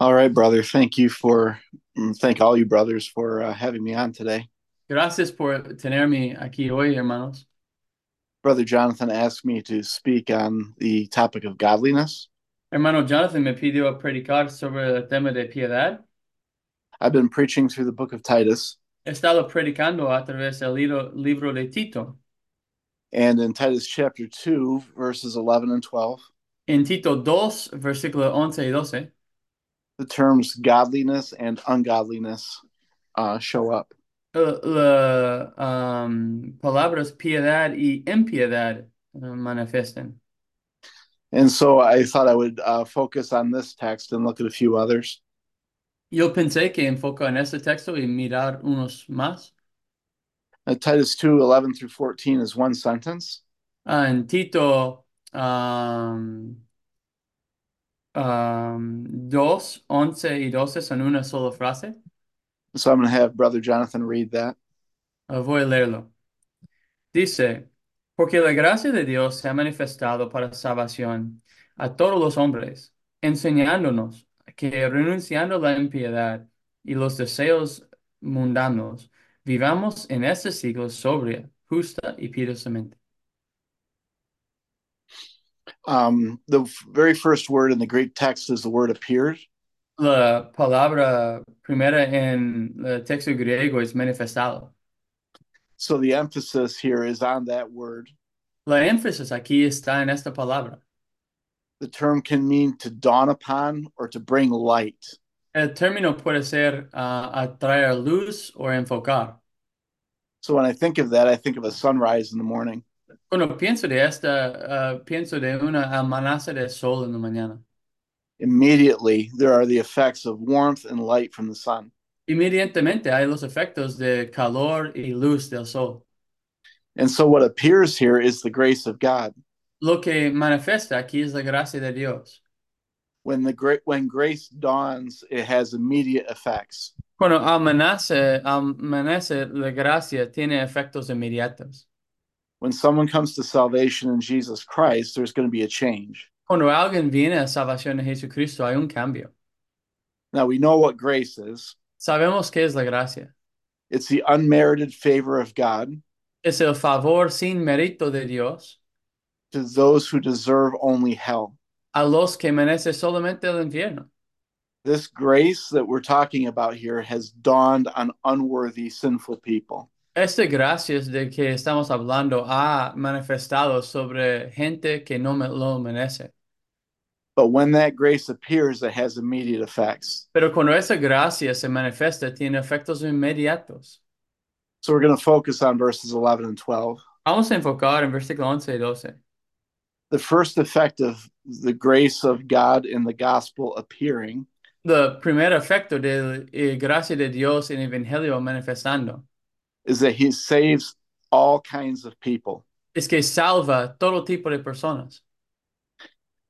All right, brother. Thank you for mm, thank all you brothers for uh, having me on today. Gracias por tenerme aquí hoy, hermanos. Brother Jonathan asked me to speak on the topic of godliness. Hermano Jonathan me pidió predicar sobre el tema de piedad. I've been preaching through the book of Titus, He estado predicando a través del libro, libro de Tito. and in Titus chapter 2, verses 11 and 12, En Tito 2, versículos 11 y 12, the terms godliness and ungodliness uh, show up. eh, la, um, palabras piedad y impiedad eh, manifiestan. And so I thought I would uh, focus on this text and look at a few others. Yo pensé que enfocar en este texto y mirar unos más. Uh, Titus 2, 11 through 14 is one sentence. Ah, en Tito um, um, 2, 11 y 12 son una sola frase. So I'm going to have Brother Jonathan read that. Ah, voy a leerlo. Dice, porque la gracia de Dios se ha manifestado para salvación a todos los hombres, enseñándonos que renunciando a la impiedad y los deseos mundanos, vivamos en este siglo sobria, justa y piadosamente. Um, the f- very first word in the Greek text is the word appeared. La palabra primera en el texto griego es manifestado. So the emphasis here is on that word. La énfasis aquí está en esta palabra. The term can mean to dawn upon or to bring light. El término puede ser ah, atraer luz o enfocar. So when I think of that, I think of a sunrise in the morning. Cuando pienso de esta, ah, pienso de una amenaza de sol en la mañana. Immediately, there are the effects of warmth and light from the sun. Inmediatamente hay los efectos de calor y luz del sol. And so what appears here is the grace of God. Lo que manifiesta aquí es la gracia de Dios. When the great when grace dawns, it has immediate effects. Cuando amanece, amanece, la gracia tiene efectos inmediatos. When someone comes to salvation in Jesus Christ, there's going to be a change. Cuando alguien viene a salvación de Jesucristo, hay un cambio. Now we know what grace is. Sabemos qué es la gracia. It's the unmerited favor of God Es el favor sin mérito de Dios to those who deserve only hell. a los que merecen solamente el infierno. This grace that we're talking about here has dawned on unworthy, sinful people. Esta gracia es de que estamos hablando ha manifestado sobre gente que no me- lo merece. But when that grace appears, it has immediate effects. Pero cuando esa gracia se manifiesta, tiene efectos inmediatos. So we're going to focus on verses 11 and 12. Vamos a enfocar en versículo 11 y 12. The first effect of the grace of God in the gospel appearing El primer efecto de la eh, gracia de Dios en el Evangelio manifestando. is that he saves all kinds of people. es que salva todo tipo de personas.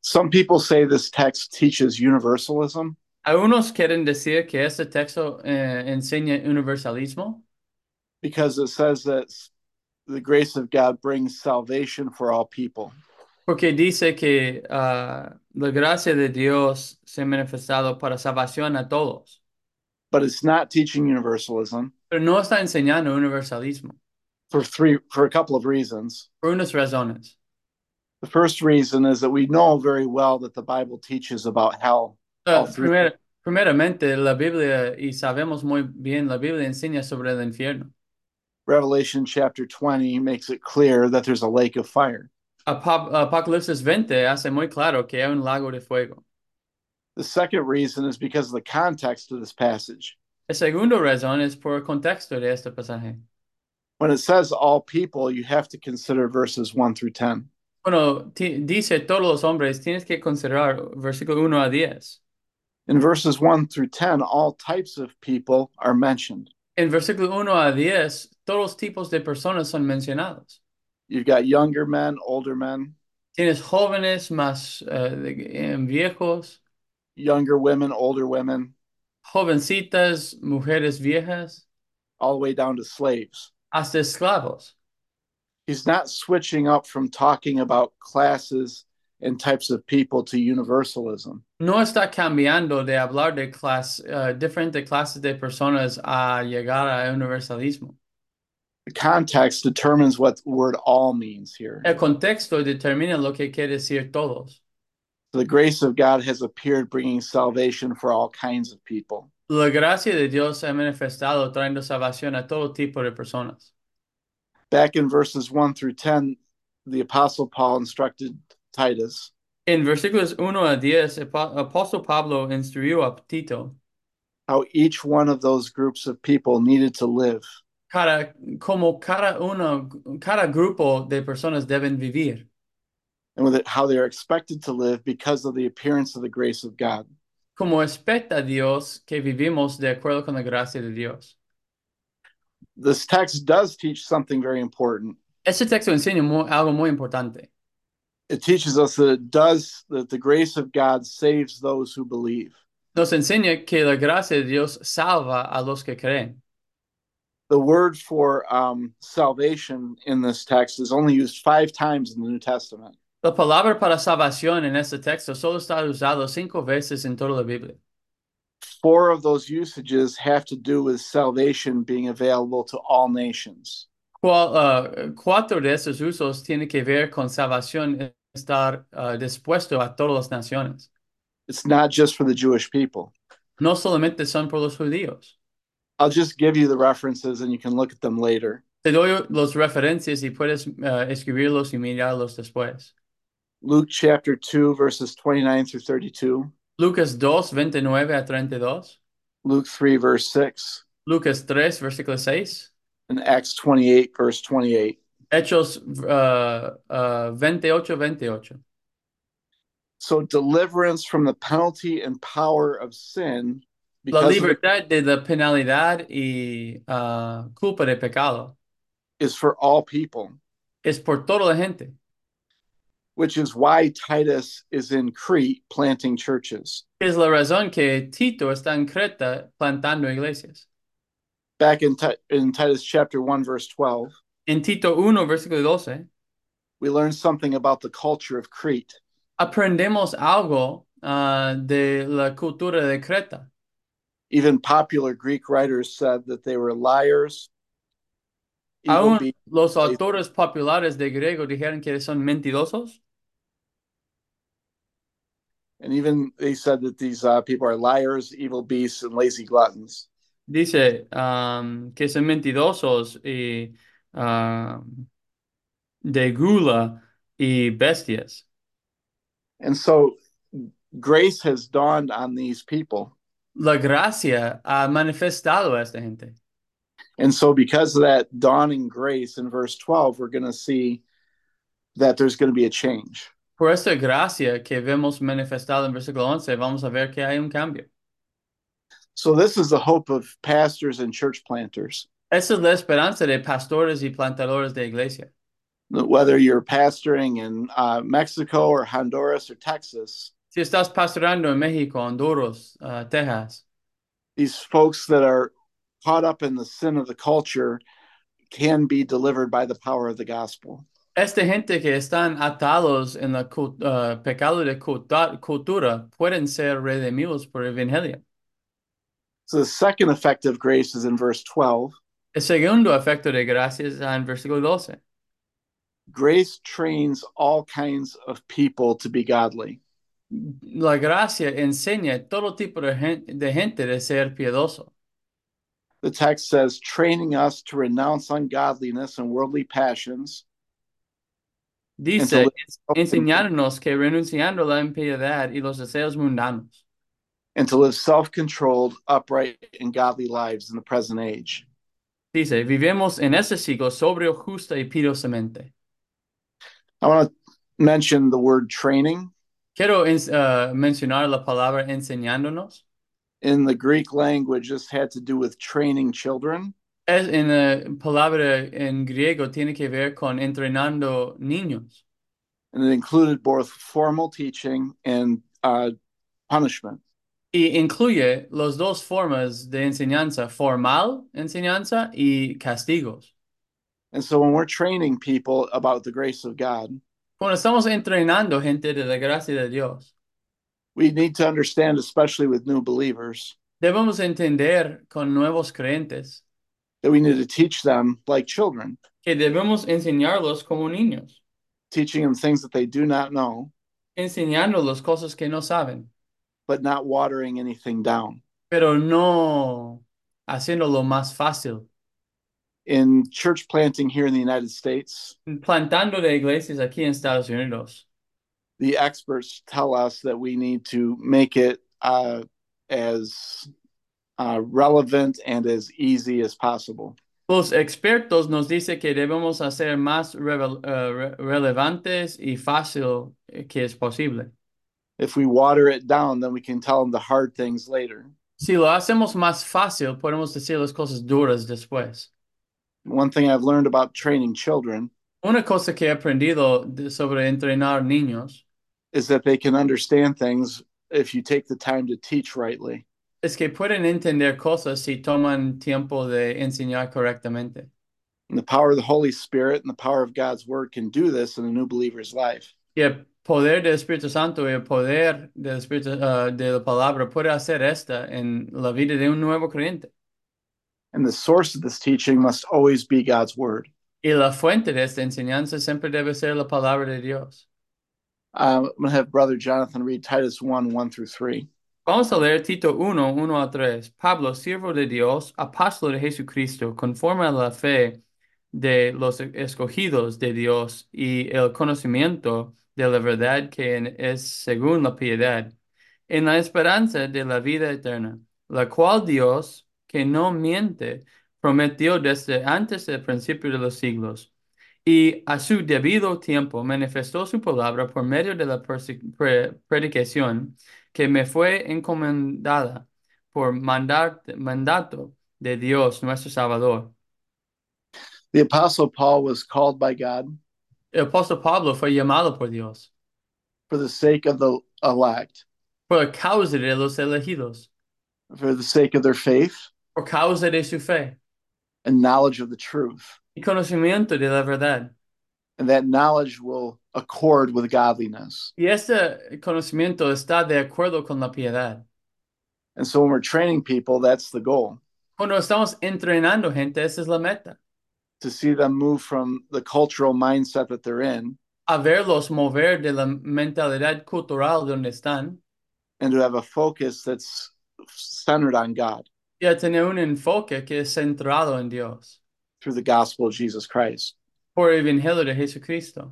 Some people say this text teaches universalism. Algunos quieren decir que este texto eh, enseña universalismo because it says that the grace of God brings salvation for all people. porque dice que ah, la gracia de Dios se ha manifestado para salvación a todos, But it's not teaching universalism pero no está enseñando universalismo for three for a couple of reasons. por unas razones. The first reason is that we know very well that the Bible teaches about hell. Ah, Oh, sí. primer- primeramente, la Biblia, y sabemos muy bien, la Biblia enseña sobre el infierno. Revelation chapter 20 makes it clear that there's a lake of fire. Apocalipsis Apocalipsis 20 hace muy claro que hay un lago de fuego. The second reason is because of the context of this passage. La segunda razón es por el contexto de este pasaje. When it says all people, you have to consider verses 1 through 10. Bueno, ti- dice todos los hombres, tienes que considerar versículo 1 a 10. In verses 1 through 10, all types of people are mentioned. En versículo 1 a 10, todos los tipos de personas son mencionados. You've got younger men, older men, Tienes jóvenes más eh, de- eh, viejos, younger women, older women, jovencitas, mujeres viejas, all the way down to slaves. hasta esclavos. He's not switching up from talking about classes and types of people to universalism. No está cambiando de hablar de clase, eh, diferentes clases de personas a llegar a universalismo. The context determines what the word all means here. El contexto determina lo que quiere decir todos. The grace of God has appeared, bringing salvation for all kinds of people. La gracia de Dios se ha manifestado trayendo salvación a todo tipo de personas. Back in verses 1 through 10, the Apostle Paul instructed Titus En versículos 1 a 10, el pa- apóstol Pablo instruyó a Tito how each one of those groups of people needed to live. cara, cómo cada uno, cada grupo de personas deben vivir, and with it, how they are expected to live because of the appearance of the grace of God. como expecta Dios que vivimos de acuerdo con la gracia de Dios. This text does teach something very important. Este texto enseña mu- algo muy importante. It teaches us that it does that the grace of God saves those who believe. Nos enseña que la gracia de Dios salva a los que creen. The word for um, salvation in this text is only used five times in the New Testament. La palabra para salvación en este texto solo está usado cinco veces en toda la Biblia. Four of those usages have to do with salvation being available to all nations. Cual- ah, cuatro de esos usos tienen que ver con salvación, estar ah, dispuesto a todas las naciones. It's not just for the Jewish people. No solamente son por los judíos. I'll just give you the references and you can look at them later. Te doy los referencias y puedes ah, escribirlos y mirarlos después. Luke chapter 2, verses 29 through 32, Lucas 2, 29 a 32. Luke 3, verse 6, Lucas 3, versículo 6. and Acts 28, verse 28. Hechos ah, ah, 28, 28. So deliverance from the penalty and power of sin La because of- libertad de la penalidad y ah, culpa de pecado is for all people, es por toda la gente. which is why Titus is in Crete planting churches. Es la razón que Tito está en Creta plantando iglesias. Back in, Ti- in Titus chapter 1, verse 12, En Tito 1, versículo 12, we learn something about the culture of Crete. aprendemos algo ah, de la cultura de Creta. Even popular Greek writers said that they were liars, evil Aún beings. los autores populares de griego dijeron que son mentirosos. And even they said that these uh, people are liars, evil beasts, and lazy gluttons. Dice am, que son mentirosos y am, de gula y bestias. And so grace has dawned on these people. La gracia ha manifestado a esta gente. And so, because of that dawning grace in verse 12, we're going to see that there's going to be a change. Por esta gracia que vemos manifestada en versículo 11, vamos a ver que hay un cambio. So, this is the hope of pastors and church planters. Esa es la esperanza de pastores y plantadores de iglesia. Whether you're pastoring in uh, Mexico or Honduras or Texas, Si estás pastorando en México, Honduras, ah, Texas, these folks that are caught up in the sin of the culture can be delivered by the power of the gospel. esta gente que están atados en el pecado de culta- cultura pueden ser redimidos por el evangelio. So the second effect of grace is in verse 12. El segundo efecto de gracia está en versículo 12. Grace trains all kinds of people to be godly. La gracia enseña a todo tipo de gen- de gente de ser piadoso. The text says, training us to renounce ungodliness and worldly passions and to Dice live enseñarnos que renunciando a la impiedad y los deseos mundanos and to live self-controlled, upright, and godly lives in the present age. Dice, vivimos en ese siglo sobrio, justa y piadosamente. I want to mention the word training. Quiero ens- eh, mencionar la palabra enseñándonos. In the Greek language, this had to do with training children. Es en la palabra en griego tiene que ver con entrenando niños. And it included both formal teaching and uh, punishment. Y incluye las dos formas de enseñanza, formal enseñanza y castigos. And so when we're training people about the grace of God, Cuando estamos entrenando gente de la gracia de Dios, We need to understand, especially with new believers, debemos entender con nuevos creyentes that we need to teach them like children, que debemos enseñarlos como niños, teaching them things that they do not know, enseñándolos cosas que no saben, but not watering anything down. pero no haciéndolo más fácil. In church planting here in the United States, Plantando de iglesias aquí en Estados Unidos, the experts tell us that we need to make it uh, as uh, relevant and as easy as possible. los expertos nos dicen que debemos hacer más revel- eh, re- relevantes y fácil eh, que es posible. If we water it down, then we can tell them the hard things later. Si lo hacemos más fácil, podemos decir las cosas duras después. One thing I've learned about training children Una cosa que he aprendido de- sobre entrenar niños is that they can understand things if you take the time to teach rightly. es que pueden entender cosas si toman tiempo de enseñar correctamente. And the power of the Holy Spirit and the power of God's word can do this in a new believer's life. Y el poder del Espíritu Santo y el poder del Espíritu, ah, de la palabra puede hacer esta en la vida de un nuevo creyente. And the source of this teaching must always be God's word. Y la fuente de esta enseñanza siempre debe ser la palabra de Dios. Um, I'm going to have Brother Jonathan read Titus 1 1 through 3. Vamos a leer Tito 1, 1 a 3. Pablo, siervo de Dios, apóstol de Jesucristo, conforme a la fe de los escogidos de Dios y el conocimiento de la verdad que en- es según la piedad, en la esperanza de la vida eterna, la cual Dios, que no miente, prometió desde antes del principio de los siglos, y a su debido tiempo manifestó su palabra por medio de la perse- pre- predicación que me fue encomendada por mandar- mandato de Dios nuestro Salvador. The Apostle Paul was called by God El apóstol Pablo fue llamado por Dios for the sake of the elect, por causa de los elegidos, for the sake of their faith por causa de su fe and knowledge of the truth. y conocimiento de la verdad. And that knowledge will accord with godliness. Y este conocimiento está de acuerdo con la piedad. And so when we're training people, that's the goal Cuando estamos entrenando gente, esa es la meta. to see them move from the cultural mindset that they're in A verlos mover de la mentalidad cultural donde están and to have a focus that's centered on God y a tener un enfoque que es centrado en Dios through the gospel of Jesus Christ. por el Evangelio de Jesucristo.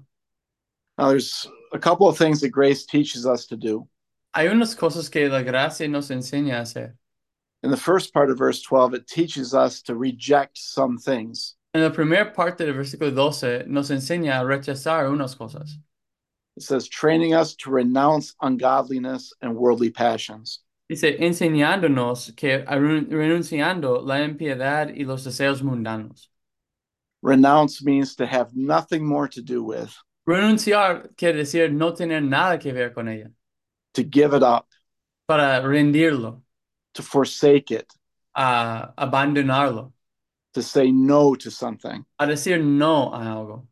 Now, there's a couple of things that grace teaches us to do. Hay unas cosas que la gracia nos enseña a hacer. In the first part of verse 12, it teaches us to reject some things. En la primera parte del versículo 12 nos enseña a rechazar unas cosas. It says, training us to renounce ungodliness and worldly passions. Dice, enseñándonos que arun- renunciando la impiedad y los deseos mundanos. Renounce means to have nothing more to do with, Renunciar quiere decir no tener nada que ver con ella, to give it up, para rendirlo, to forsake it, a abandonarlo, to say no to something. a decir no a algo.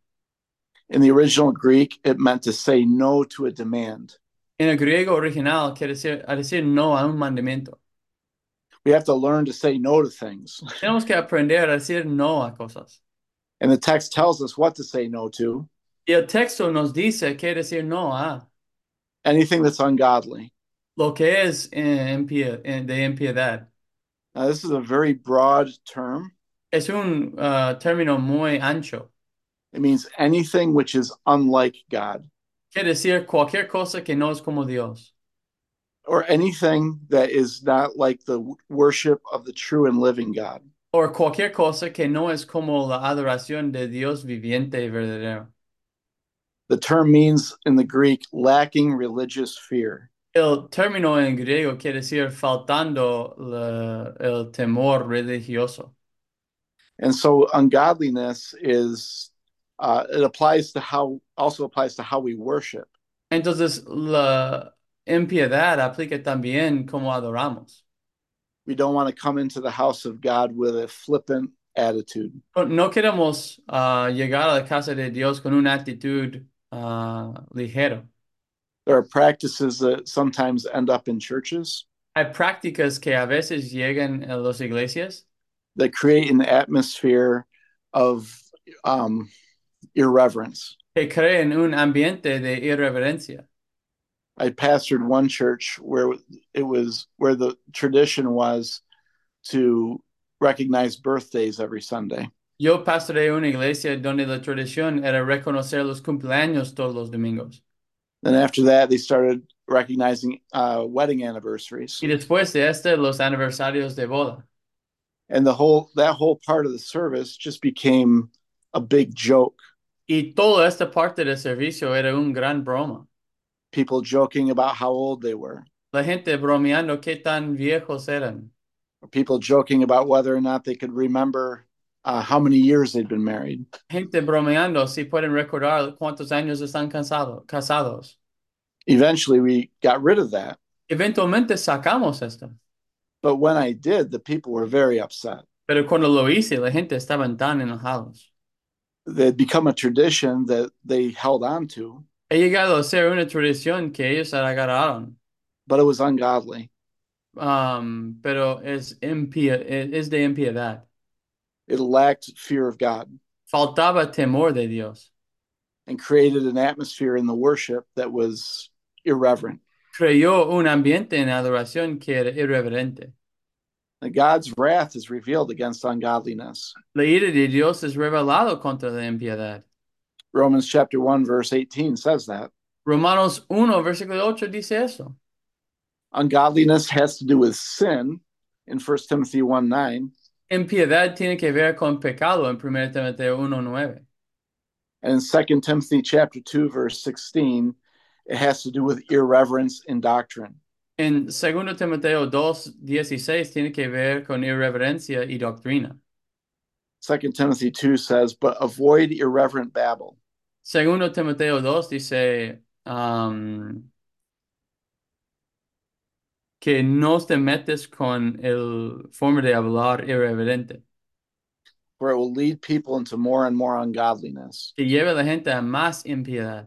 In the original Greek, it meant to say no to a demand. En el griego original quiere decir, a decir no a un mandamiento. We have to learn to say no to things. Tenemos que aprender a decir no a cosas. And the text tells us what to say no to Y el texto nos dice que decir no a anything that's ungodly. lo que es eh, impie- eh, de impiedad. Now, this is a very broad term. Es un ah, término muy ancho. It means anything which is unlike God Quiere decir cualquier cosa que no es como Dios or anything that is not like the w- worship of the true and living God. o cualquier cosa que no es como la adoración de Dios viviente y verdadero. The term means in the Greek lacking religious fear. El término en griego quiere decir faltando la- el temor religioso. And so ungodliness is uh, it applies to how also applies to how we worship. Entonces, la impiedad aplica también como adoramos. We don't want to come into the house of God with a flippant attitude. No no queremos ah, llegar a la casa de Dios con una actitud ah, ligero. There are practices that sometimes end up in churches Hay prácticas que a veces llegan a las iglesias that create an atmosphere of um, irreverence. que creen un ambiente de irreverencia. I pastored one church where it was where the tradition was to recognize birthdays every Sunday. Yo pastoreé una iglesia donde la tradición era reconocer los cumpleaños todos los domingos. Then after that, they started recognizing uh, wedding anniversaries, Y después de este, los aniversarios de boda. and the whole that whole part of the service just became a big joke. Y toda esta parte del servicio era un gran broma. People joking about how old they were, La gente bromeando qué tan viejos eran. people joking about whether or not they could remember uh, how many years they'd been married. Gente bromeando si pueden recordar cuántos años están cansado- casados. Eventually, we got rid of that. Eventualmente sacamos esto. But when I did, the people were very upset. Pero cuando lo hice, la gente estaban tan enojados. They'd become a tradition that they held on to, He llegado a ser una tradición que ellos agarraron, but it was ungodly. um, pero es, impie- e, es de impiedad. It lacked fear of God Faltaba temor de Dios. and created an atmosphere in the worship that was irreverent. Creó un ambiente en adoración que era irreverente. Now, God's wrath is revealed against ungodliness. La ira de Dios es revelado contra la impiedad. Romans chapter 1 verse 18 says that. Romanos 1, versículo 8 dice eso. Ungodliness has to do with sin in 1 Timothy 1 9, Impiedad tiene que ver con pecado en 1 Timoteo 1, 9. and in 2 Timothy chapter 2 verse 16, it has to do with irreverence in doctrine. En 2 Timoteo 2, 16 tiene que ver con irreverencia y doctrina. 2 Timothy 2 says, but avoid irreverent babble. Segundo Timoteo 2 dice am, que no te metes con el forma de hablar irreverente, for it will lead people into more and more ungodliness, que lleva a la gente a más impiedad.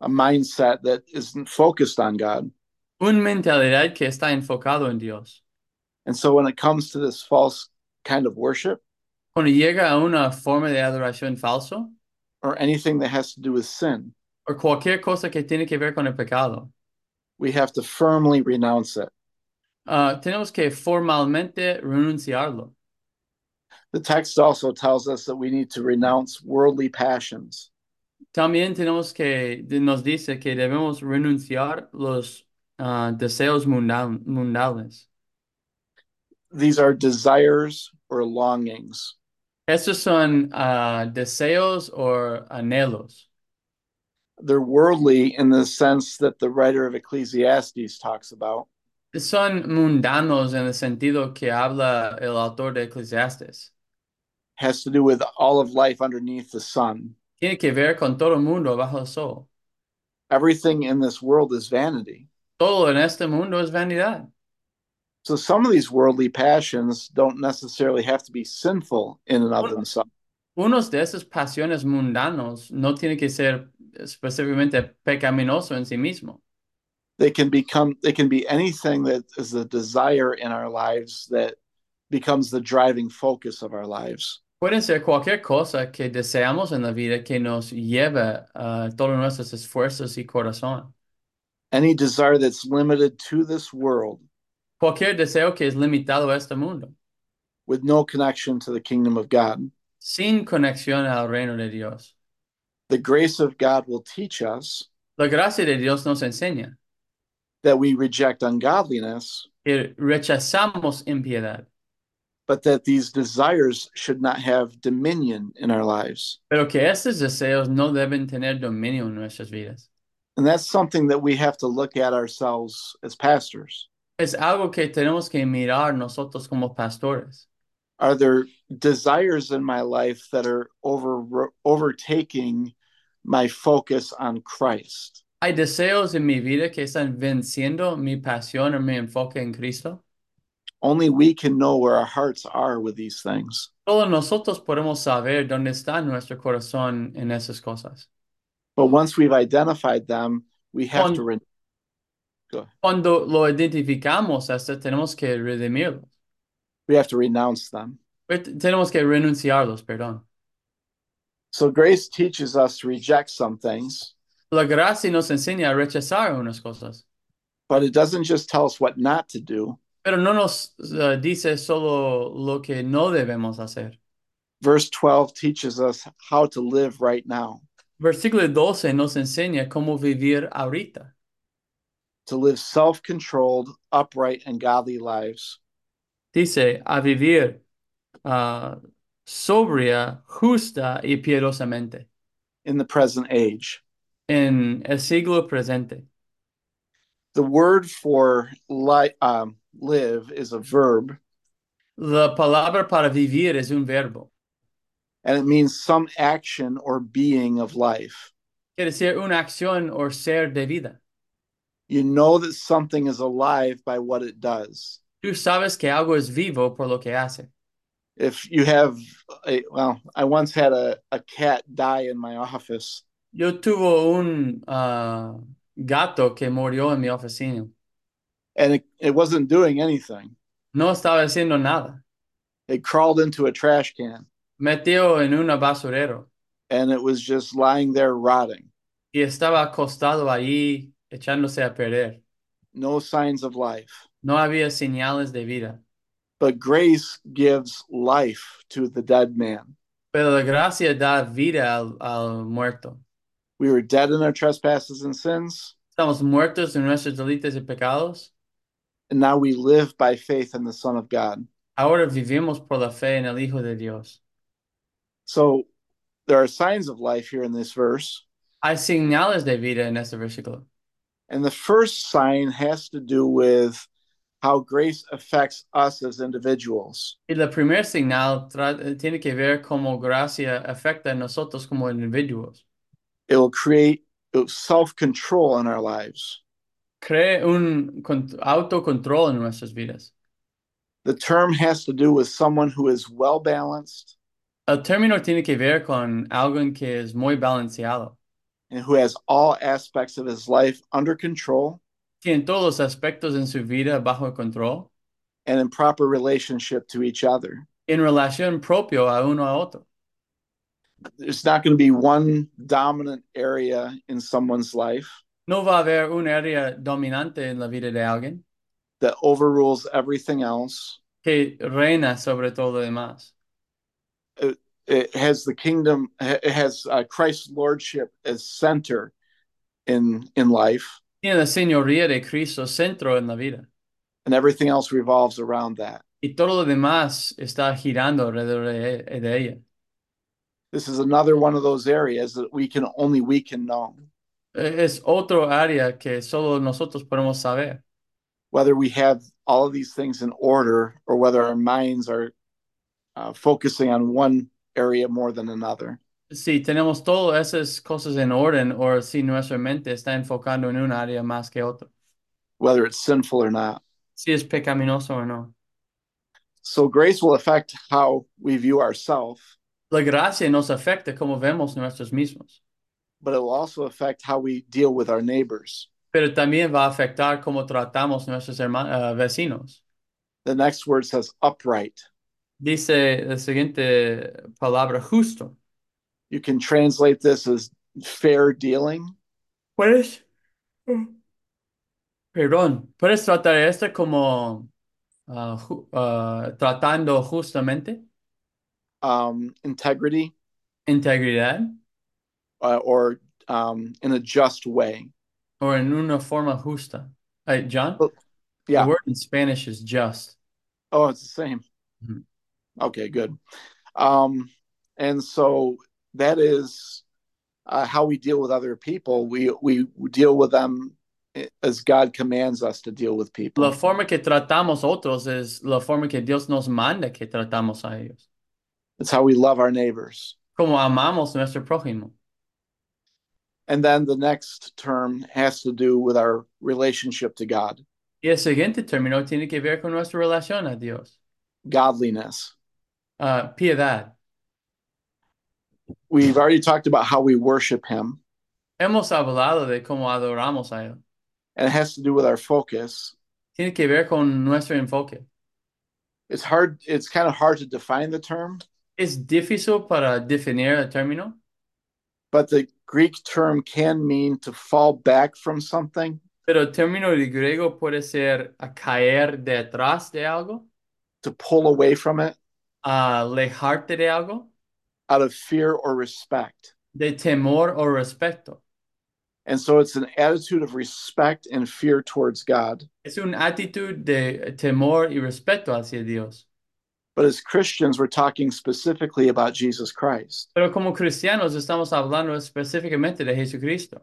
a mindset that isn't focused on God. Una mentalidad que está enfocado en Dios. And so when it comes to this false kind of worship Cuando llega a una forma de adoración falso or anything that has to do with sin, o cualquier cosa que tiene que ver con el pecado, we have to firmly renounce it. ah, tenemos que formalmente renunciarlo. The text also tells us that we need to renounce worldly passions. También tenemos que, de- nos dice que debemos renunciar los ah, deseos mundan- mundanos. These are desires or longings. Estos son ah, deseos o anhelos. They're worldly in the sense that the writer of Ecclesiastes talks about, Son mundanos en el sentido que habla el autor de Eclesiastes. has to do with all of life underneath the sun. Tiene que ver con todo el mundo bajo el sol. Everything in this world is vanity. Todo en este mundo es vanidad. So some of these worldly passions don't necessarily have to be sinful in and of themselves. Unos de esas pasiones mundanos no tiene que ser específicamente pecaminoso en sí mismo. They can become they can be anything that is a desire in our lives that becomes the driving focus of our lives. Puede ser cualquier cosa que deseamos en la vida que nos lleve a todos nuestros esfuerzos y corazón. Any desire that's limited to this world Cualquier deseo que es limitado a este mundo, with no connection to the kingdom of God. sin conexión al reino de Dios. The grace of God will teach us La gracia de Dios nos enseña that we reject ungodliness, que rechazamos impiedad, but that these desires should not have dominion in our lives. pero que estos deseos no deben tener dominio en nuestras vidas. And that's something that we have to look at ourselves as pastors. Es algo que tenemos que mirar nosotros como pastores. are there desires in my life that are over overtaking my focus on Christ? ¿Hay deseos en mi vida que están venciendo mi pasión o mi enfoque en Cristo? Only we can know where our hearts are with these things. Solo nosotros podemos saber dónde está nuestro corazón en esas cosas. But once we've identified them, we have to Cuando, renew. go ahead. cuando lo identificamos, hasta tenemos que redimirlos. We have to renounce them. Eh, t- Tenemos que renunciarlos, perdón. So grace teaches us to reject some things, La gracia nos enseña a rechazar unas cosas, but it doesn't just tell us what not to do. pero no nos eh, dice solo lo que no debemos hacer. Verse 12 teaches us how to live right now, Versículo 12 nos enseña cómo vivir ahorita, to live self controlled, upright, and godly lives. dice a vivir ah, sobria, justa y piadosamente in the present age. en el siglo presente. The word for li- um, live is a verb, La palabra para vivir es un verbo, and it means some action or being of life. quiere decir una acción o ser de vida. You know that something is alive by what it does. Tú sabes que algo es vivo por lo que hace. If you have, a, well, I once had a, a cat die in my office, Yo tuve un ah, gato que murió en mi oficina. and it, it wasn't doing anything. No estaba haciendo nada. It crawled into a trash can, Metió en un basurero and it was just lying there rotting. y estaba acostado ahí echándose a perder. No signs of life. No había señales de vida. But grace gives life to the dead man. Pero la gracia da vida al, al muerto. We were dead in our trespasses and sins, Estamos muertos en nuestros delitos y pecados. and now we live by faith in the Son of God. Ahora vivimos por la fe en el Hijo de Dios. So there are signs of life here in this verse. Hay señales de vida en este versículo. And the first sign has to do with how grace affects us as individuals. Y el primer señal tra- eh, tiene que ver cómo gracia afecta a nosotros como individuos. It will create self control in our lives. Cree un con- autocontrol en nuestras vidas. The term has to do with someone who is well balanced El término tiene que ver con alguien que es muy balanceado. and who has all aspects of his life under control Tiene todos los aspectos en su vida bajo control and in proper relationship to each other. en relación propio a uno a otro. there's not going to be one dominant area in someone's life No va a haber un área dominante en la vida de alguien that overrules everything else. que reina sobre todo lo demás. It, it has the kingdom, it has uh, Christ's lordship as center in in life, Tiene la señoría de Cristo centro en la vida and everything else revolves around that. y todo lo demás está girando alrededor de, e- de ella. This is another one of those areas that we can only we can know E- Es otro área que solo nosotros podemos saber. whether we have all of these things in order or whether our minds are uh, focusing on one area more than another. Si tenemos todas esas cosas en orden o si nuestra mente está enfocando en un área más que otra, Whether it's sinful or not. si es pecaminoso o no. So grace will affect how we view ourselves, La gracia nos afecta como vemos nosotros mismos, but it will also affect how we deal with our neighbors. pero también va a afectar cómo tratamos nuestros herma- ah, vecinos. The next word says upright. Dice la siguiente palabra, justo. You can translate this as fair dealing. Puedes, perdón, puedes tratar esto como ah, ju- ah, tratando justamente Um, integrity integridad uh, or um, in a just way. o en una forma justa. Hey, John, Oh, the yeah. word in Spanish is just. Oh, it's the same. Mhm. Okay, good. Um, and so that is uh, how we deal with other people. We we deal with them eh, as God commands us to deal with La people. forma que tratamos otros es la forma que Dios nos manda que tratamos a ellos, It's how we love our neighbors. como amamos nuestro prójimo. And then the next term has to do with our relationship to God, Y el siguiente término tiene que ver con nuestra relación a Dios, godliness. Ah, piedad. We've already talked about how we worship Him, Hemos hablado de cómo adoramos a Él. and it has to do with our focus. Tiene que ver con nuestro enfoque. It's hard, it's kind of hard to define the term, Es difícil para definir el término, but the Greek term can mean to fall back from something, pero el término de griego puede ser a caer detrás de algo, to pull away from it a alejarte de algo, out of fear or respect. de temor o respeto. And so it's an attitude of respect and fear towards God. Es una actitud de temor y respeto hacia Dios. But as Christians, we're talking specifically about Jesus Christ. Pero como cristianos estamos hablando específicamente de Jesucristo.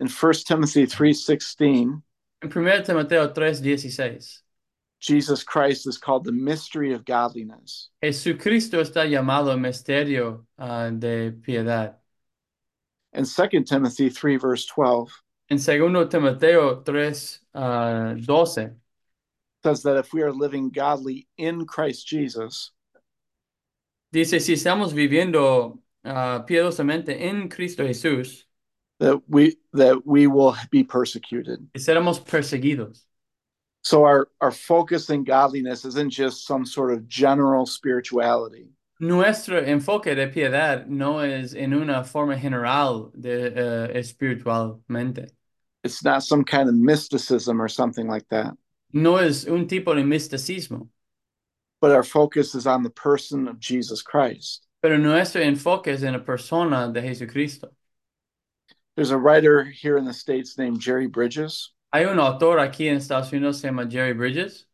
In 1 Timothy 3:16, En 1 Timoteo 3:16, Jesus Christ is called the mystery of godliness. Jesucristo está llamado el misterio ah, de piedad. And 2 Timothy 3 verse 12 En 2 Timoteo 3, ah, 12, says that if we are living godly in Christ Jesus, dice, si estamos viviendo ah, piadosamente en Cristo Jesús, that we that we will be persecuted. y seremos perseguidos. So our our focus in godliness isn't just some sort of general spirituality. Nuestro enfoque de piedad no es en una forma general de eh, espiritualmente. It's not some kind of mysticism or something like that. No es un tipo de misticismo, But our focus is on the person of Jesus Christ. pero nuestro enfoque es en la persona de Jesucristo. There's a writer here in the States named Jerry Bridges. Hay un autor aquí en Estados Unidos, se llama Jerry Bridges.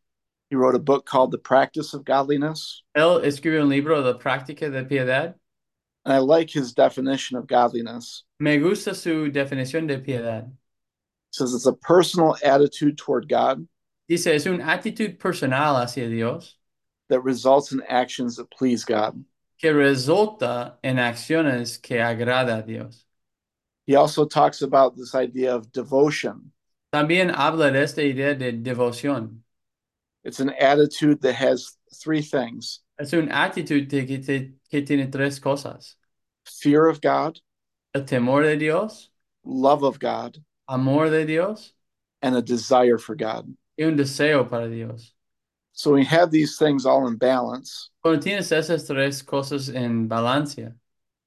He wrote a book called The Practice of Godliness. Él escribe un libro de práctica de piedad. And I like his definition of godliness. Me gusta su definición de piedad. He says it's a personal attitude toward God Dice, es una actitud personal hacia Dios that results in actions that please God. que resulta en acciones que agrada a Dios. He also talks about this idea of devotion. También habla de esta idea de devoción. It's an attitude that has three things Es una actitud de- que, te- que tiene tres cosas. fear of God, El temor de Dios, love of God, amor de Dios and a desire for God. y un deseo para Dios. So when you have these things all in balance, Cuando tienes esas tres cosas en balance,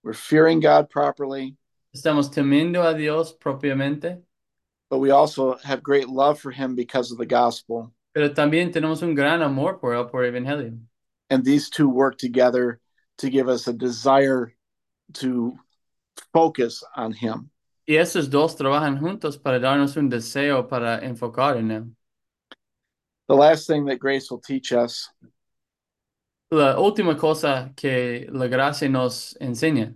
we're fearing God properly, Estamos temiendo a Dios propiamente, but we also have great love for Him because of the gospel. pero también tenemos un gran amor por Él, por el Evangelio. and these two work together to give us a desire to focus on him Y esos dos trabajan juntos para darnos un deseo para enfocar en Él. the last thing that grace will teach us La última cosa que la gracia nos enseña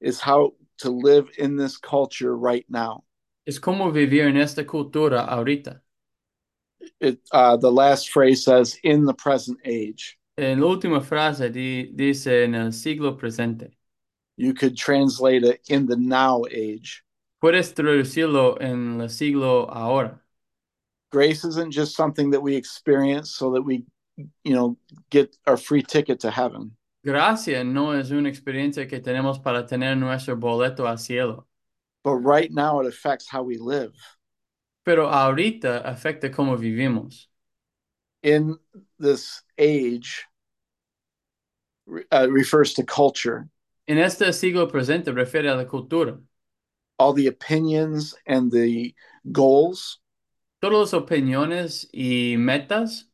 is how to live in this culture right now es cómo vivir en esta cultura ahorita. it uh, the last phrase says in the present age En la última frase di- dice en el siglo presente. you could translate it in the now age Puedes traducirlo en el siglo ahora. grace isn't just something that we experience so that we you know get our free ticket to heaven Gracia no es una experiencia que tenemos para tener nuestro boleto al cielo. but right now it affects how we live pero ahorita afecta cómo vivimos. in this age re- uh, refers to culture En este siglo presente refiere a la cultura, all the opinions and the goals todas las opiniones y metas,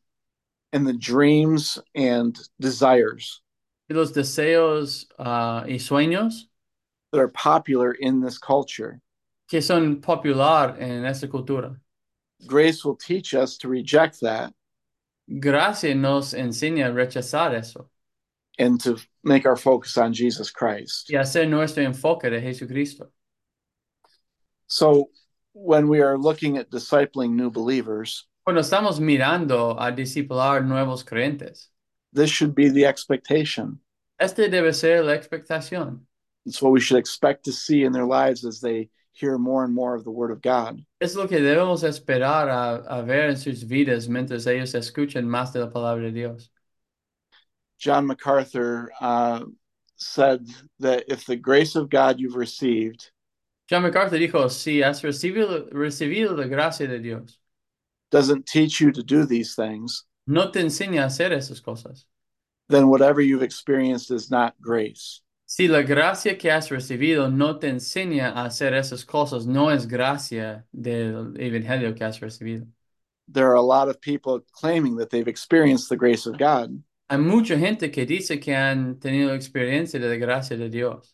and the dreams and desires y los deseos ah, y sueños that are popular in this culture. que son popular en esta cultura. Grace will teach us to reject that Gracia nos enseña a rechazar eso and to make our focus on Jesus Christ. y hacer nuestro enfoque de Jesucristo. So, when we are looking at discipling new believers, Cuando estamos mirando a discipular nuevos creyentes, this should be the expectation. este debe ser la expectación. It's what we should expect to see in their lives as they hear more and more of the Word of God. Es lo que debemos esperar a, a ver en sus vidas mientras ellos escuchan más de la palabra de Dios. John MacArthur uh, said that if the grace of God you've received John MacArthur dijo, si has recibido, recibido la gracia de Dios, doesn't teach you to do these things, no te enseña a hacer esas cosas. then whatever you've experienced is not grace. Si la gracia que has recibido no te enseña a hacer esas cosas, no es gracia del evangelio que has recibido. There are a lot of people claiming that they've experienced the grace of God, Hay mucha gente que dice que han tenido experiencia de la gracia de Dios,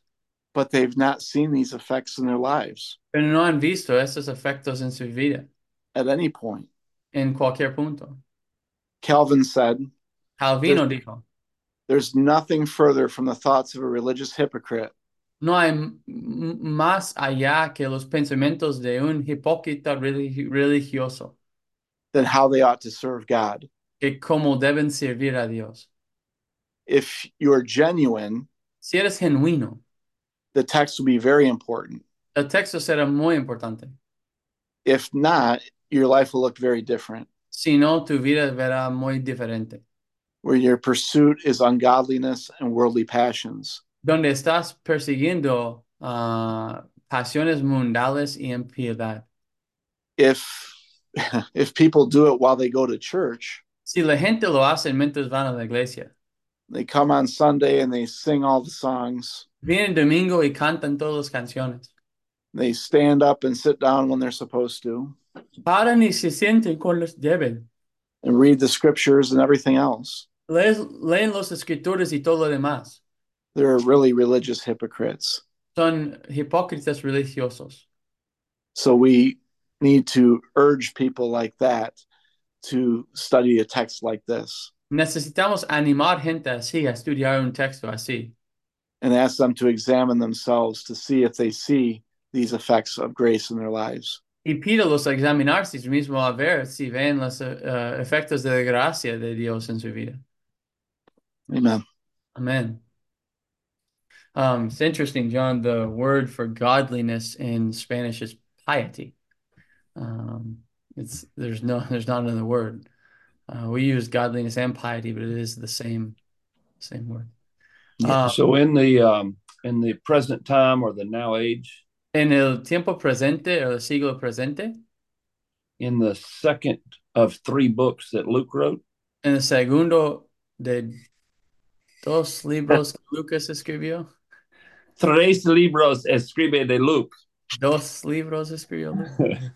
but they've not seen these effects in their lives pero no han visto esos efectos en su vida, at any point. en cualquier punto. Calvin said, Calvino dijo, There's nothing further from the thoughts of a religious hypocrite No hay m- m- más allá que los pensamientos de un hipócrita religi- religioso, than how they ought to serve God. que cómo deben servir a Dios. If you're genuine, Si eres genuino, the text will be very important. el texto será muy importante. If not, your life will look very different, Si no, tu vida verá muy diferente. where your pursuit is ungodliness and worldly passions. Donde estás persiguiendo ah, pasiones mundiales y impiedad. If if people do it while they go to church, Si la gente lo hace mientras van a la iglesia, they come on Sunday and they sing all the songs. vienen domingo y cantan todas las canciones, They stand up and sit down when they're supposed to paran y se sienten con los débiles. and read the scriptures and everything else. Lees- leen los escritores y todo lo demás. They're really religious hypocrites. Son hipócritas religiosos. So we need to urge people like that to study a text like this Necesitamos animar gente así a estudiar un texto así and ask them to examine themselves to see if they see these effects of grace in their lives. y pídalos a examinarse mismo a ver si ven los eh, eh, efectos de la gracia de Dios en su vida. Amen. Amen. Um, it's interesting, John. The word for godliness in Spanish is piety. Um, it's there's no there's not another word. Uh, we use godliness and piety, but it is the same same word. Yeah. Um, So in the um, in the present time or the now age, En el tiempo presente, o el siglo presente, in the second of three books that Luke wrote, en el segundo de dos libros que Lucas escribió, tres libros escribe de Luke. dos libros escribió. Lucas.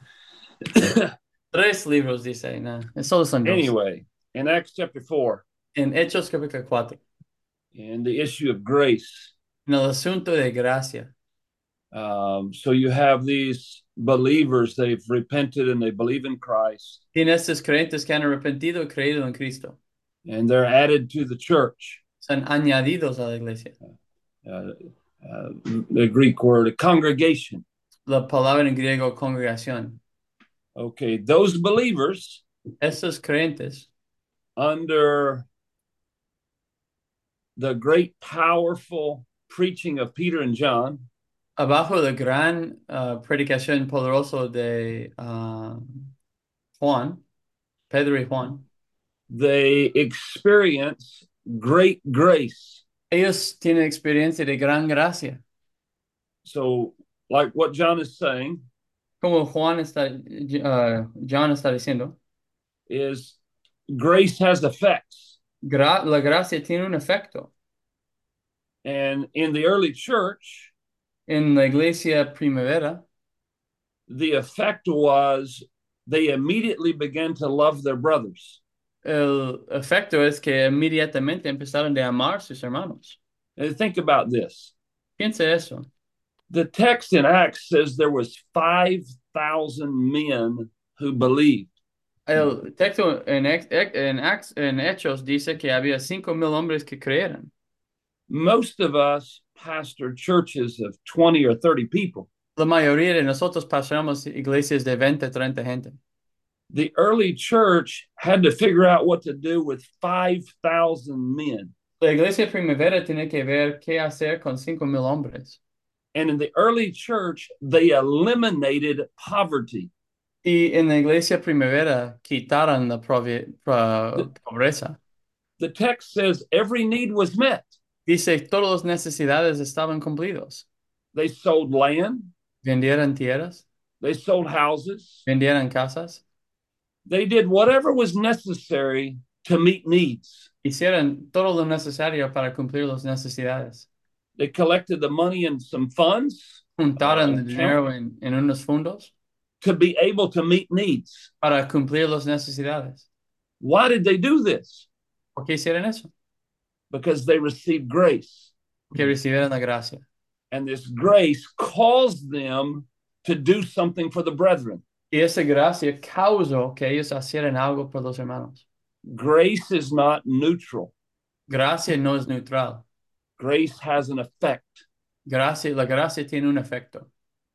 Tres libros dice, no, solo son dos. anyway, in Acts chapter four, En Hechos capítulo 4, in the issue of grace, en el asunto de gracia. um, so you have these believers they've repented and they believe in Christ, Tiene estos creyentes que han arrepentido y creído en Cristo. and they're added to the church. Son añadidos a la iglesia. Uh, uh, the Greek word, a congregation. La palabra en griego congregación. Okay, those believers Estos creyentes, under the great, powerful preaching of Peter and John, abajo de gran ah, predicación poderosa de ah, Juan, Pedro y Juan, they experience great grace. ellos tienen experiencia de gran gracia. So, like what John is saying, Como Juan está, ah, John está diciendo, is grace has effects. gra- la gracia tiene un efecto. And in the early church, En la iglesia primavera, the effect was they immediately began to love their brothers. el efecto es que inmediatamente empezaron a amar a sus hermanos. And think about this. Piense eso. The text in Acts says there was 5,000 men who believed. El texto en, Ex- Ex- en, Acts- en Hechos dice que había cinco mil hombres que creyeron. most of us pastor churches of 20 or 30 people. La mayoría de nosotros pasamos iglesias de 20, 30 gente. The early church had to figure out what to do with 5,000 men. La iglesia primavera tiene que ver qué hacer con cinco mil hombres. And in the early church, they eliminated poverty. Y en la iglesia primavera quitaron la prove- pro- pobreza. The text says every need was met. Dice, todas las necesidades estaban cumplidas. They sold land, vendieran tierras, They sold houses. vendieran casas, They did whatever was necessary to meet needs. hicieran todo lo necesario para cumplir las necesidades. They collected the money in some funds Juntaran Ah, el dinero en, en unos fondos to be able to meet needs. para cumplir las necesidades. Why did they do this? ¿Por qué hicieron eso? Because they received grace. Que recibieran la gracia. And this grace caused them to do something for the brethren. Y esa gracia causó que ellos hicieran algo por los hermanos. Grace is not neutral, Gracia no es neutral. grace has an effect. Gracia, la gracia tiene un efecto.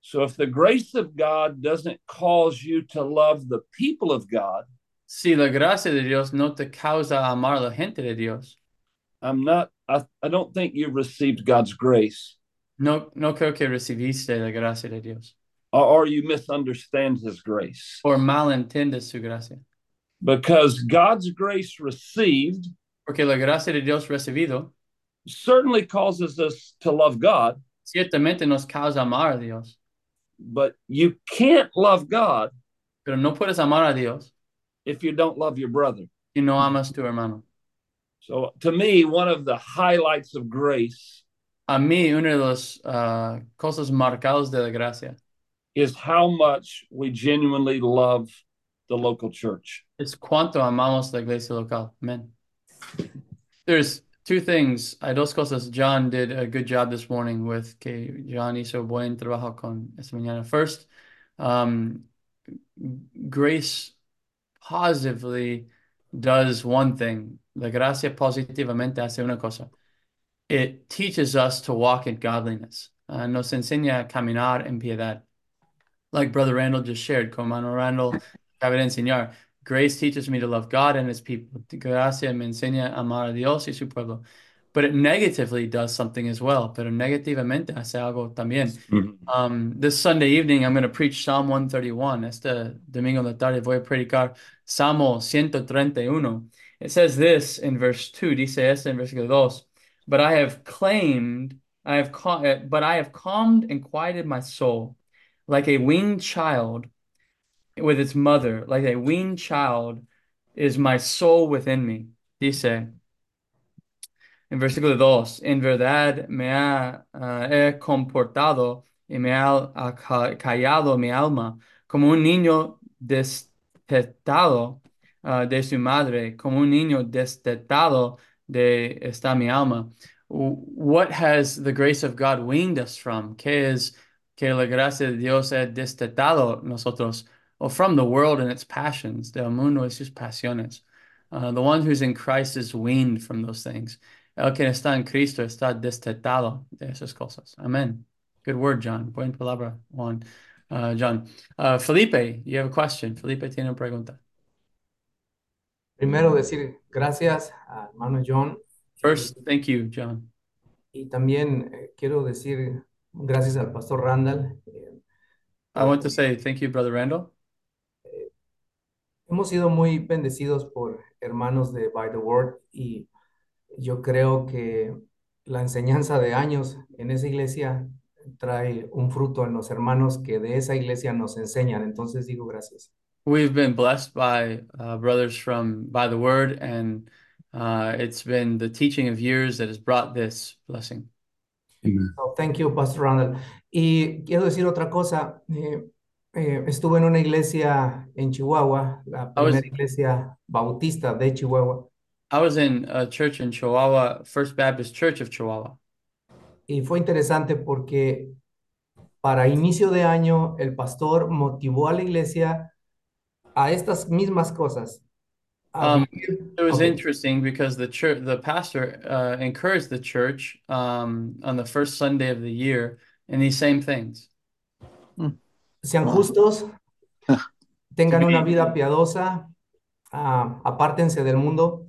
So if the grace of God doesn't cause you to love the people of God, Si la gracia de Dios no te causa amar a la gente de Dios, I'm not, I, I don't think you received God's grace no, no creo que recibiste la gracia de Dios. or, or you misunderstand his grace O malentiendes su gracia. because God's grace received Porque la gracia de Dios recibido certainly causes us to love God, ciertamente nos causa amar a Dios. but you can't love God Pero no puedes amar a Dios if you don't love your brother. si no amas a tu hermano. So to me, one of the highlights of grace A mí, una de las ah, cosas marcadas de la gracia is how much we genuinely love the local church. It's cuánto amamos la iglesia local. Amen. There's two things. Hay dos cosas. John did a good job this morning with que John hizo buen trabajo con esta mañana. First, um, grace positively does one thing. La gracia positivamente hace una cosa. It teaches us to walk in godliness. Uh, nos enseña a caminar en piedad. Like Brother Randall just shared, como hermano Randall acaba de enseñar. Grace teaches me to love God and his people. Gracia me enseña a amar a Dios y su pueblo. But it negatively does something as well. Pero negativamente hace algo también. Um, this Sunday evening, I'm going to preach Psalm 131. Este domingo en la tarde voy a predicar Salmo 131. It says this in verse 2. Dice esto en versículo 2. But I have claimed, I have cal- uh, but I have calmed and quieted my soul like a weaned child with its mother, like a weaned child, is my soul within me. Dice, en versículo 2, en verdad me ha, ah, he comportado y me ha, ha ca- callado mi alma como un niño destetado ah, de su madre, como un niño destetado de está mi alma. W- What has the grace of God weaned us from? ¿Qué es que la gracia de Dios ha destetado nosotros? or from the world and its passions, del mundo y sus pasiones. Uh, the one who's in Christ is weaned from those things. El que está en Cristo está destetado de esas cosas. Amen. Good word, John. Buen palabra, Juan. Uh, John. Uh, Felipe, you have a question. Felipe tiene una pregunta. Primero decir gracias a hermano John First, thank you, John. y también eh, quiero decir gracias al pastor Randall. Eh, I want to say thank you, Brother Randall. hemos sido muy bendecidos por hermanos de By the Word y yo creo que la enseñanza de años en esa iglesia trae un fruto en los hermanos que de esa iglesia nos enseñan. Entonces digo gracias. We've been blessed by uh, brothers from by the word, and uh, it's been the teaching of years that has brought this blessing. No, thank you, Pastor Randall. Y quiero decir otra cosa. eh, eh, estuve en una iglesia en Chihuahua, la I was- primera iglesia bautista de Chihuahua, I was in a church in Chihuahua, First Baptist Church of Chihuahua. y fue interesante porque para inicio de año el pastor motivó a la iglesia a estas mismas cosas. A Um, vivir- It was Ok. interesting because the church, the pastor, uh, encouraged the church um, on the first Sunday of the year in these same things. Sean Wow. justos, tengan To be- una vida piadosa, ah, apártense del mundo.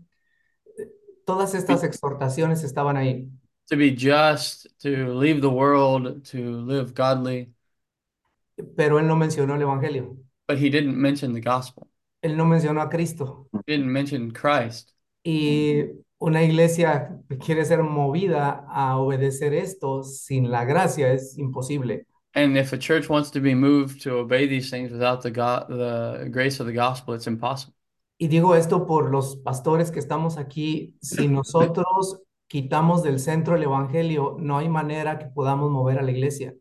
Todas estas exhortaciones estaban ahí. To be just, to leave the world, to live godly, pero él no mencionó el Evangelio, but he didn't mention the gospel. él no mencionó a Cristo. He didn't mention Christ. Y una iglesia que quiere ser movida a obedecer esto sin la gracia es imposible. And if a church wants to be moved to obey these things without the God, the grace of the gospel, it's impossible. Y digo esto por los pastores que estamos aquí. Si nosotros quitamos del centro el evangelio, no hay manera que podamos mover a la iglesia.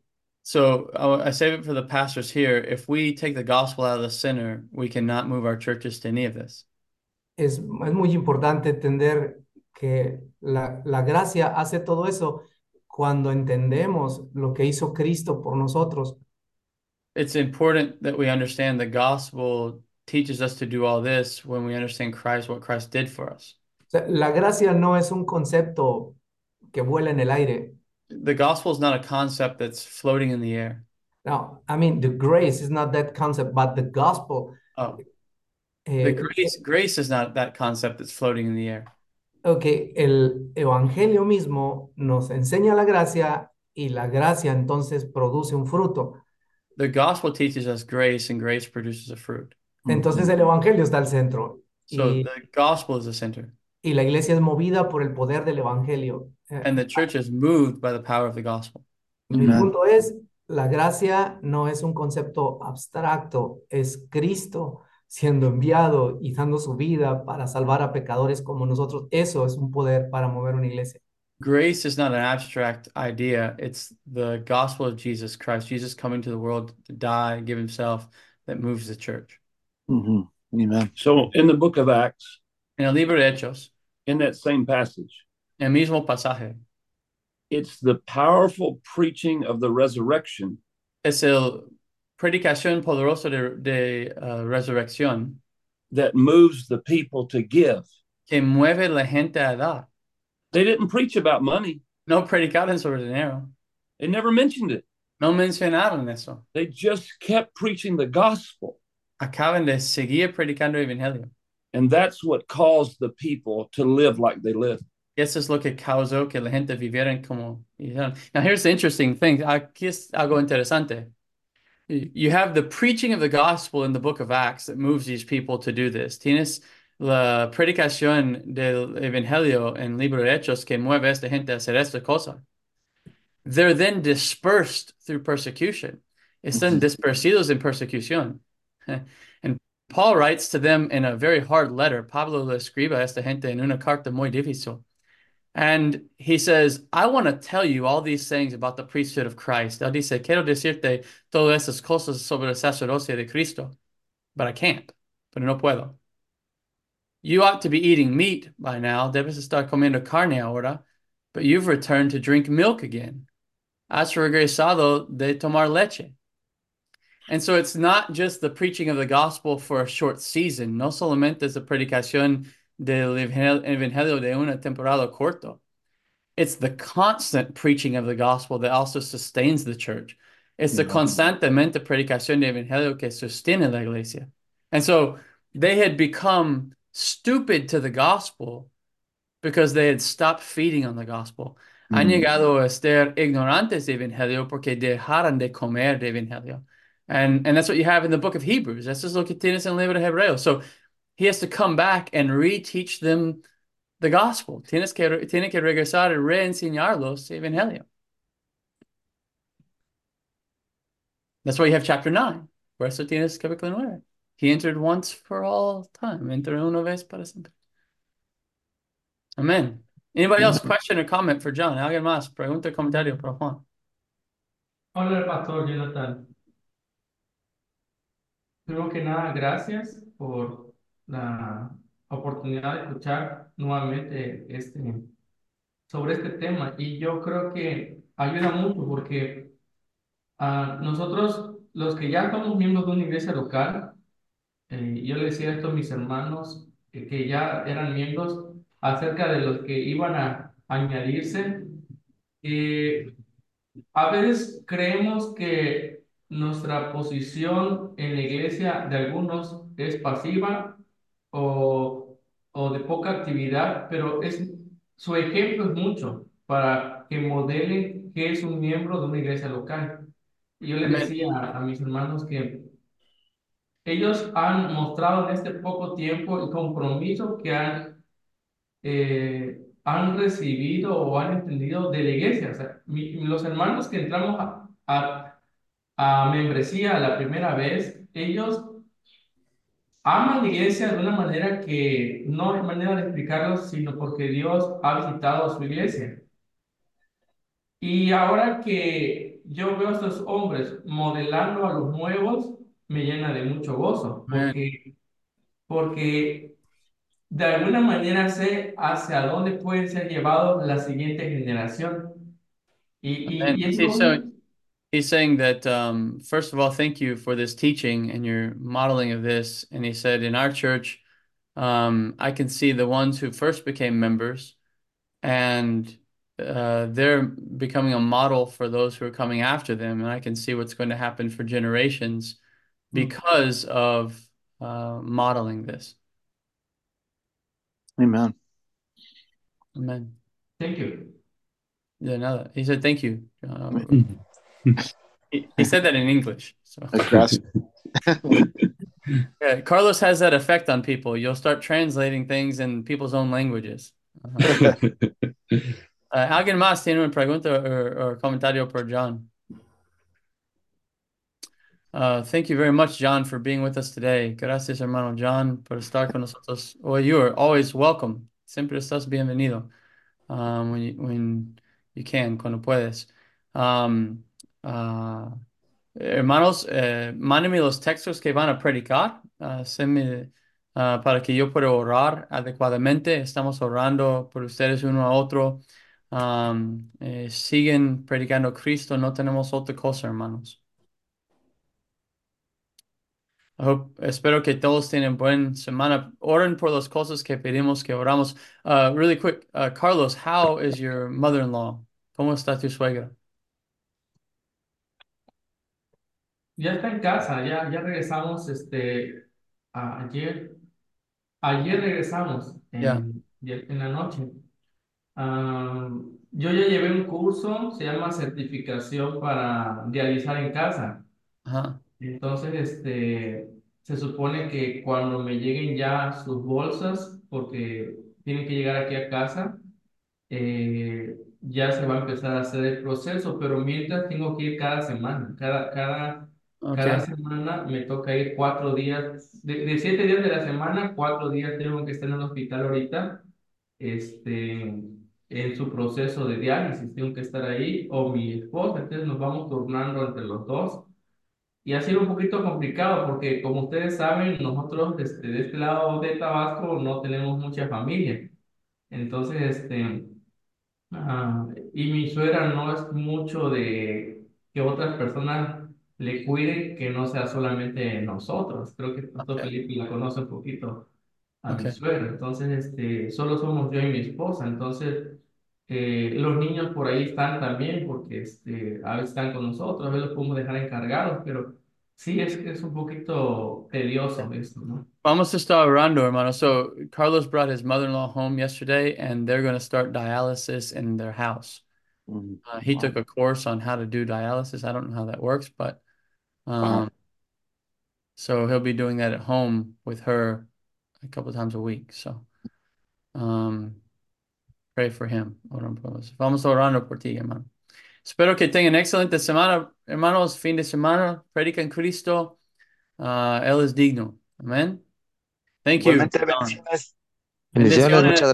So I, I save it for the pastors here. If we take the gospel out of the center, we cannot move our churches to any of this. Es, es muy importante entender que la, la gracia hace todo eso cuando entendemos lo que hizo Cristo por nosotros. It's important that we understand the gospel teaches us to do all this when we understand Christ, what Christ did for us. O sea, la gracia no es un concepto que vuela en el aire. The gospel is not a concept that's floating in the air. No, I mean, the grace is not that concept, but the gospel. Oh, eh, the grace, grace is not that concept that's floating in the air. Ok, el evangelio mismo nos enseña la gracia y la gracia entonces produce un fruto. The gospel teaches us grace, and grace produces a fruit. Entonces el evangelio está al centro So y, the gospel is the center, y la iglesia es movida por el poder del evangelio. Eh, and the church is moved by the power of the gospel. Mi punto es, la gracia no es un concepto abstracto, es Cristo siendo enviado y dando su vida para salvar a pecadores como nosotros. Eso es un poder para mover una iglesia. Grace is not an abstract idea. It's the gospel of Jesus Christ, Jesus coming to the world to die, give himself, that moves the church. Mm-hmm. Amen. So in the book of Acts, En el libro de Hechos, in that same passage, el mismo pasaje, it's the powerful preaching of the resurrection es el predicación poderosa de, de, uh, resurrección that moves the people to give. que mueve la gente a dar. They didn't preach about money. No predicaron sobre dinero, They never mentioned it. no mencionaron eso. They just kept preaching the gospel. Acaban de seguir predicando el evangelio. And that's what caused the people to live like they lived. Y eso es lo que causó que la gente viviera como hicieron. Now, here's the interesting thing. Aquí es algo interesante. Y- You have the preaching of the gospel in the book of Acts that moves these people to do this. Tienes la predicación del evangelio en libro de Hechos que mueve a esta gente a hacer esta cosa. They're then dispersed through persecution. Están dispersados en persecución. And Paul writes to them in a very hard letter. Pablo le escribe a esta gente en una carta muy difícil. And he says, I want to tell you all these things about the priesthood of Christ. Él dice, quiero decirte todas esas cosas sobre el sacerdocio de Cristo, but I can't, pero no puedo. You ought to be eating meat by now. Debes estar comiendo carne ahora, but you've returned to drink milk again. Has regresado de tomar leche. And so it's not just the preaching of the gospel for a short season. No solamente es la predicación del evangel- evangelio de una temporada corto. It's the constant preaching of the gospel that also sustains the church. It's the constantemente predicación del evangelio que sostiene la iglesia. And so they had become stupid to the gospel because they had stopped feeding on the gospel. Han Mm. llegado a ser ignorantes del evangelio porque dejaron de comer del evangelio. And and that's what you have in the book of Hebrews. That's just lo que tienes en el libro de Hebreos. So he has to come back and reteach them the gospel. Tienes que, tiene que regresar y reenseñarlos el evangelio. That's why you have chapter 9. Por eso tienes capítulo 9. He entered once for all time. Entró una vez para siempre. Amen. Anybody else question or comment for John? Alguien más? Pregunta o comentario para Juan. Hola, Pastor Jonathan. Primero que nada, gracias por la oportunidad de escuchar nuevamente este, sobre este tema. Y yo creo que ayuda mucho porque ah, nosotros, los que ya somos miembros de una iglesia local, eh, yo le decía esto a mis hermanos eh, que ya eran miembros acerca de los que iban a añadirse. eh, a veces creemos que nuestra posición en la iglesia de algunos es pasiva o, o de poca actividad, pero es, su ejemplo es mucho para que modelen que es un miembro de una iglesia local. Y Yo les Amén. decía a, a mis hermanos que ellos han mostrado en este poco tiempo el compromiso que han eh, han recibido o han entendido de la iglesia. O sea, mi- los hermanos que entramos a, a- a membresía la primera vez, ellos aman la iglesia de una manera que no hay manera de explicarlo, sino porque Dios ha visitado su iglesia. Y ahora que yo veo a estos hombres modelando a los nuevos, me llena de mucho gozo, porque, porque de alguna manera sé hacia dónde pueden ser llevados la siguiente generación. Y, y, And y es see, lo so único. he's saying that, um, first of all, thank you for this teaching and your modeling of this. And he said, in our church, um, I can see the ones who first became members, and uh, they're becoming a model for those who are coming after them. And I can see what's going to happen for generations because of uh, modeling this. Amen. Amen. Thank you. Yeah, no, he said, thank you. Um, he, he said that in English. So. Gracias. Yeah, Carlos has that effect on people. You'll start translating things in people's own languages. Ajá. Eh, ¿alguien más tiene una pregunta o, o comentario por John? Uh, thank you very much, John, for being with us today. Gracias, hermano John, por estar con nosotros. Well, you are always welcome. Siempre estás bienvenido. um, when you, when you can, cuando puedes. Um, ah, hermanos, eh, mándenme los textos que van a predicar, ah, sendme, ah, para que yo pueda orar adecuadamente. Estamos orando por ustedes uno a otro. Um, eh, siguen predicando Cristo, no tenemos otra cosa, hermanos. I hope- espero que todos tengan buena semana. Oren por las cosas que pedimos que oramos. Uh, really quick, uh, Carlos, how is your mother-in-law? ¿Cómo está tu suegra? Ya está en casa, ya, ya regresamos este, a- ayer. Ayer regresamos Yeah. en, en la noche. Ah, yo ya llevé un curso, se llama certificación para dializar en casa. Ajá. Entonces, este, se supone que cuando me lleguen ya sus bolsas, porque tienen que llegar aquí a casa, eh, ya se va a empezar a hacer el proceso, pero mientras tengo que ir cada semana, cada, cada, cada Okay. semana me toca ir cuatro días, de, de siete días de la semana, cuatro días tengo que estar en el hospital ahorita, este, en su proceso de diálisis, tengo que estar ahí, o mi esposa, entonces nos vamos turnando entre los dos. Y ha sido un poquito complicado porque, como ustedes saben, nosotros este, de este lado de Tabasco no tenemos mucha familia. Entonces, este, ah, y mi suegra no es mucho de que otras personas le cuiden, que no sea solamente nosotros. Creo que tanto Okay. Felipe la conoce un poquito a mi Okay. suegra. Entonces, este, solo somos yo y mi esposa. Entonces, eh, los niños por ahí están también porque este, a veces están con nosotros, a veces los podemos dejar encargados, pero sí es, es un poquito tedioso esto, ¿no? Vamos to start orando, hermano. So Carlos brought his mother-in-law home yesterday, and they're going to start dialysis in their house. Mm, Uh, he took Wow. a course on how to do dialysis. I don't know how that works, but Wow. Uh-huh. um, so he'll be doing that at home with her a couple times a week. So. Um, Pray for him. Oran por nosotros. Vamos orando por ti, hermano. Espero que tengan excelente semana, hermanos. Fin de semana. Predica en Cristo. Ah, él es digno. Amén. Thank you, Igualmente, John. bendiciones. Bendiciones, Bendiciones. muchas